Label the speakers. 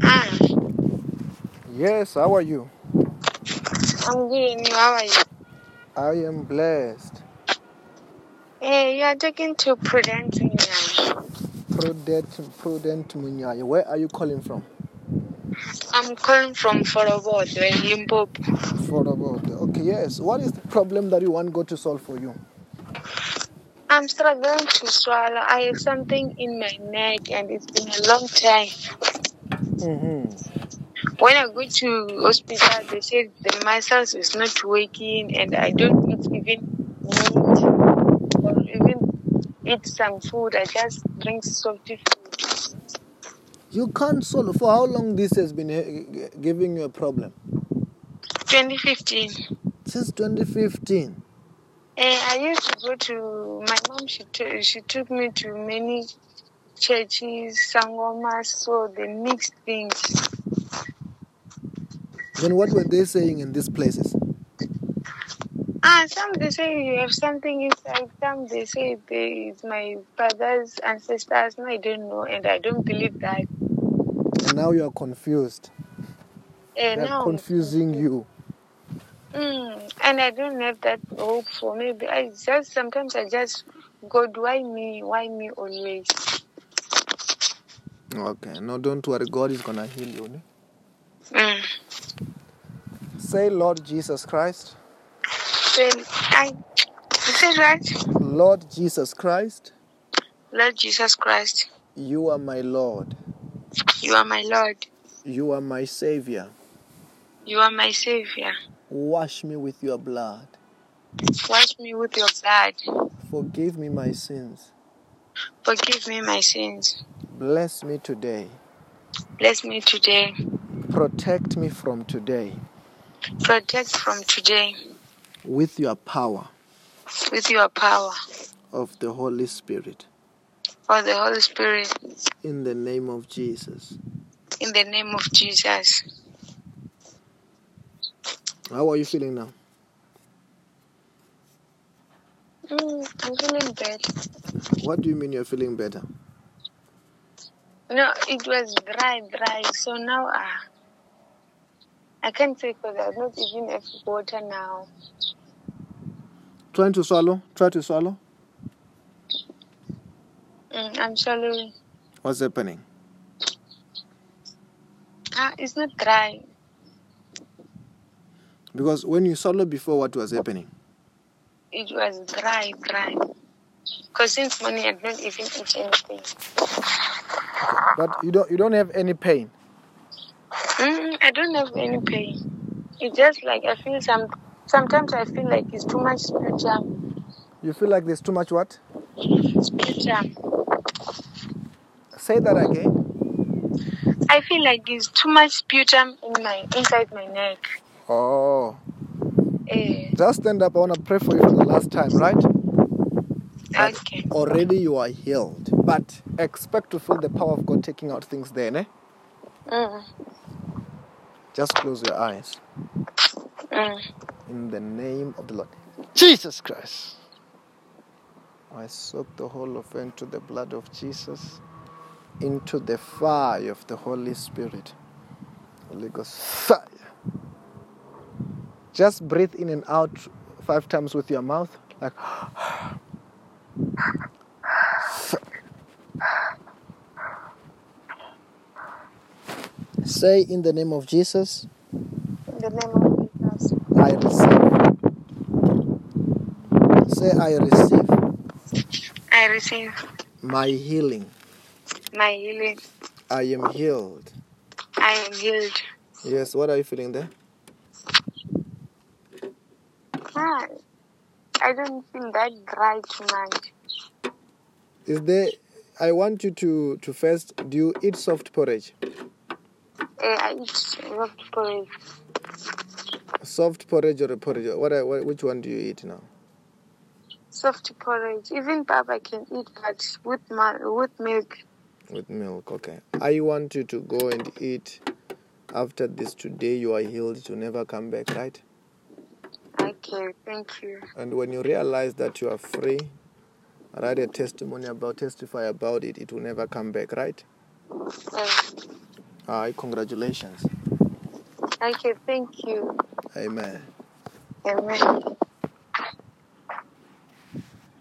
Speaker 1: Ah,
Speaker 2: Yes, how are you?
Speaker 1: I'm good. and you? How are you?
Speaker 2: I am blessed.
Speaker 1: Hey, Eh, you are talking to Prudence Nyanya.
Speaker 2: Prudent, Prudent Munyaya. Where are you calling from?
Speaker 1: I'm calling from Forobod, Limpopo.
Speaker 2: For about. Okay, yes. What is the problem that you want God to solve for you?
Speaker 1: I'm struggling to swallow. I have something in my neck and it's been a long time.
Speaker 2: Mm-hmm.
Speaker 1: When I go to hospital, they say the muscles is not working and I don't eat even meat or even eat some food. I just drink salty food.
Speaker 2: You can't solve. For how long this has been eh, g- giving you a problem?
Speaker 1: 2015.
Speaker 2: Since 2015.
Speaker 1: Eh, I used to go to my mom. She t- she took me to many churches, sangomas, so they mixed things.
Speaker 2: Then what were they saying in these places?
Speaker 1: Ah, some they say you have something inside. Some they say they, it's my father's ancestors. No, I don't know, and I don't believe that.
Speaker 2: And now you are confused.
Speaker 1: Eh,
Speaker 2: They are
Speaker 1: now, I'm
Speaker 2: confusing
Speaker 1: confused.
Speaker 2: you.
Speaker 1: mm, and I don't have that hope for maybe. I just sometimes I just God, why me? Why me always?
Speaker 2: Okay, no, don't worry. God is going to heal you. ne?
Speaker 1: Mm.
Speaker 2: Say, Lord Jesus Christ.
Speaker 1: So I you said right,
Speaker 2: Lord Jesus Christ,
Speaker 1: Lord Jesus Christ,
Speaker 2: you are my Lord.
Speaker 1: you are my Lord.
Speaker 2: You are my Savior.
Speaker 1: You are my savior.
Speaker 2: Wash me with your blood.
Speaker 1: Wash me with your blood.
Speaker 2: Forgive me my sins.
Speaker 1: Forgive me my sins.
Speaker 2: Bless me today.
Speaker 1: Bless me today.
Speaker 2: Protect me from today
Speaker 1: Protect from today
Speaker 2: with your power
Speaker 1: with your power
Speaker 2: of the Holy Spirit.
Speaker 1: of the Holy Spirit
Speaker 2: In the name of Jesus.
Speaker 1: in the name of Jesus.
Speaker 2: How are you feeling now?
Speaker 1: Mm, I'm feeling bad.
Speaker 2: What do you mean you're feeling better?
Speaker 1: No, it was dry, dry. So now uh, I can't say because I don't even have water now.
Speaker 2: Trying to swallow? Try to swallow?
Speaker 1: Mm, I'm sorry.
Speaker 2: What's happening?
Speaker 1: Ah, it's not dry.
Speaker 2: Because when you swallow before, what was happening?
Speaker 1: It was dry, dry. Because since morning I don't even eat anything.
Speaker 2: But you don't you don't have any pain.
Speaker 1: Mm, I don't have any pain. It's just like I feel some. Sometimes I feel like it's too much sputum.
Speaker 2: You feel like there's too much what?
Speaker 1: Sputum.
Speaker 2: Say that again.
Speaker 1: I feel like there's too much sputum in my inside my neck.
Speaker 2: Oh.
Speaker 1: Eh,
Speaker 2: Just stand up. I want to pray for you for the last time, right? That
Speaker 1: okay.
Speaker 2: already you are healed, but expect to feel the power of God taking out things there, eh?
Speaker 1: Mm,
Speaker 2: Just close your eyes
Speaker 1: mm.
Speaker 2: in the name of the Lord. Jesus Christ. I soak the whole of it into the blood of Jesus, into the fire of the Holy Spirit. Holy Ghost, fire. Just breathe in and out five times with your mouth. Like, say in the name of Jesus,
Speaker 1: In the name of Jesus.
Speaker 2: I receive. Say, I receive
Speaker 1: I receive
Speaker 2: my healing.
Speaker 1: my healing.
Speaker 2: I am healed.
Speaker 1: I am healed.
Speaker 2: Yes, what are you feeling there?
Speaker 1: Ah, I don't feel that dry too much.
Speaker 2: Is there I want you to to first do you eat soft porridge?
Speaker 1: Eh, I eat a lot of porridge.
Speaker 2: Soft porridge or a porridge? What, are- what which one do you eat now?
Speaker 1: Soft porridge. Even Baba can eat that with, my, with milk.
Speaker 2: With milk, okay. I want you to go and eat after this today you are healed to never come back, right?
Speaker 1: Okay, thank you.
Speaker 2: And when you realize that you are free, write a testimony about testify about it, it will never come back, right?
Speaker 1: Eh,
Speaker 2: Aye, congratulations. Okay, thank you.
Speaker 1: Amen.
Speaker 2: Amen.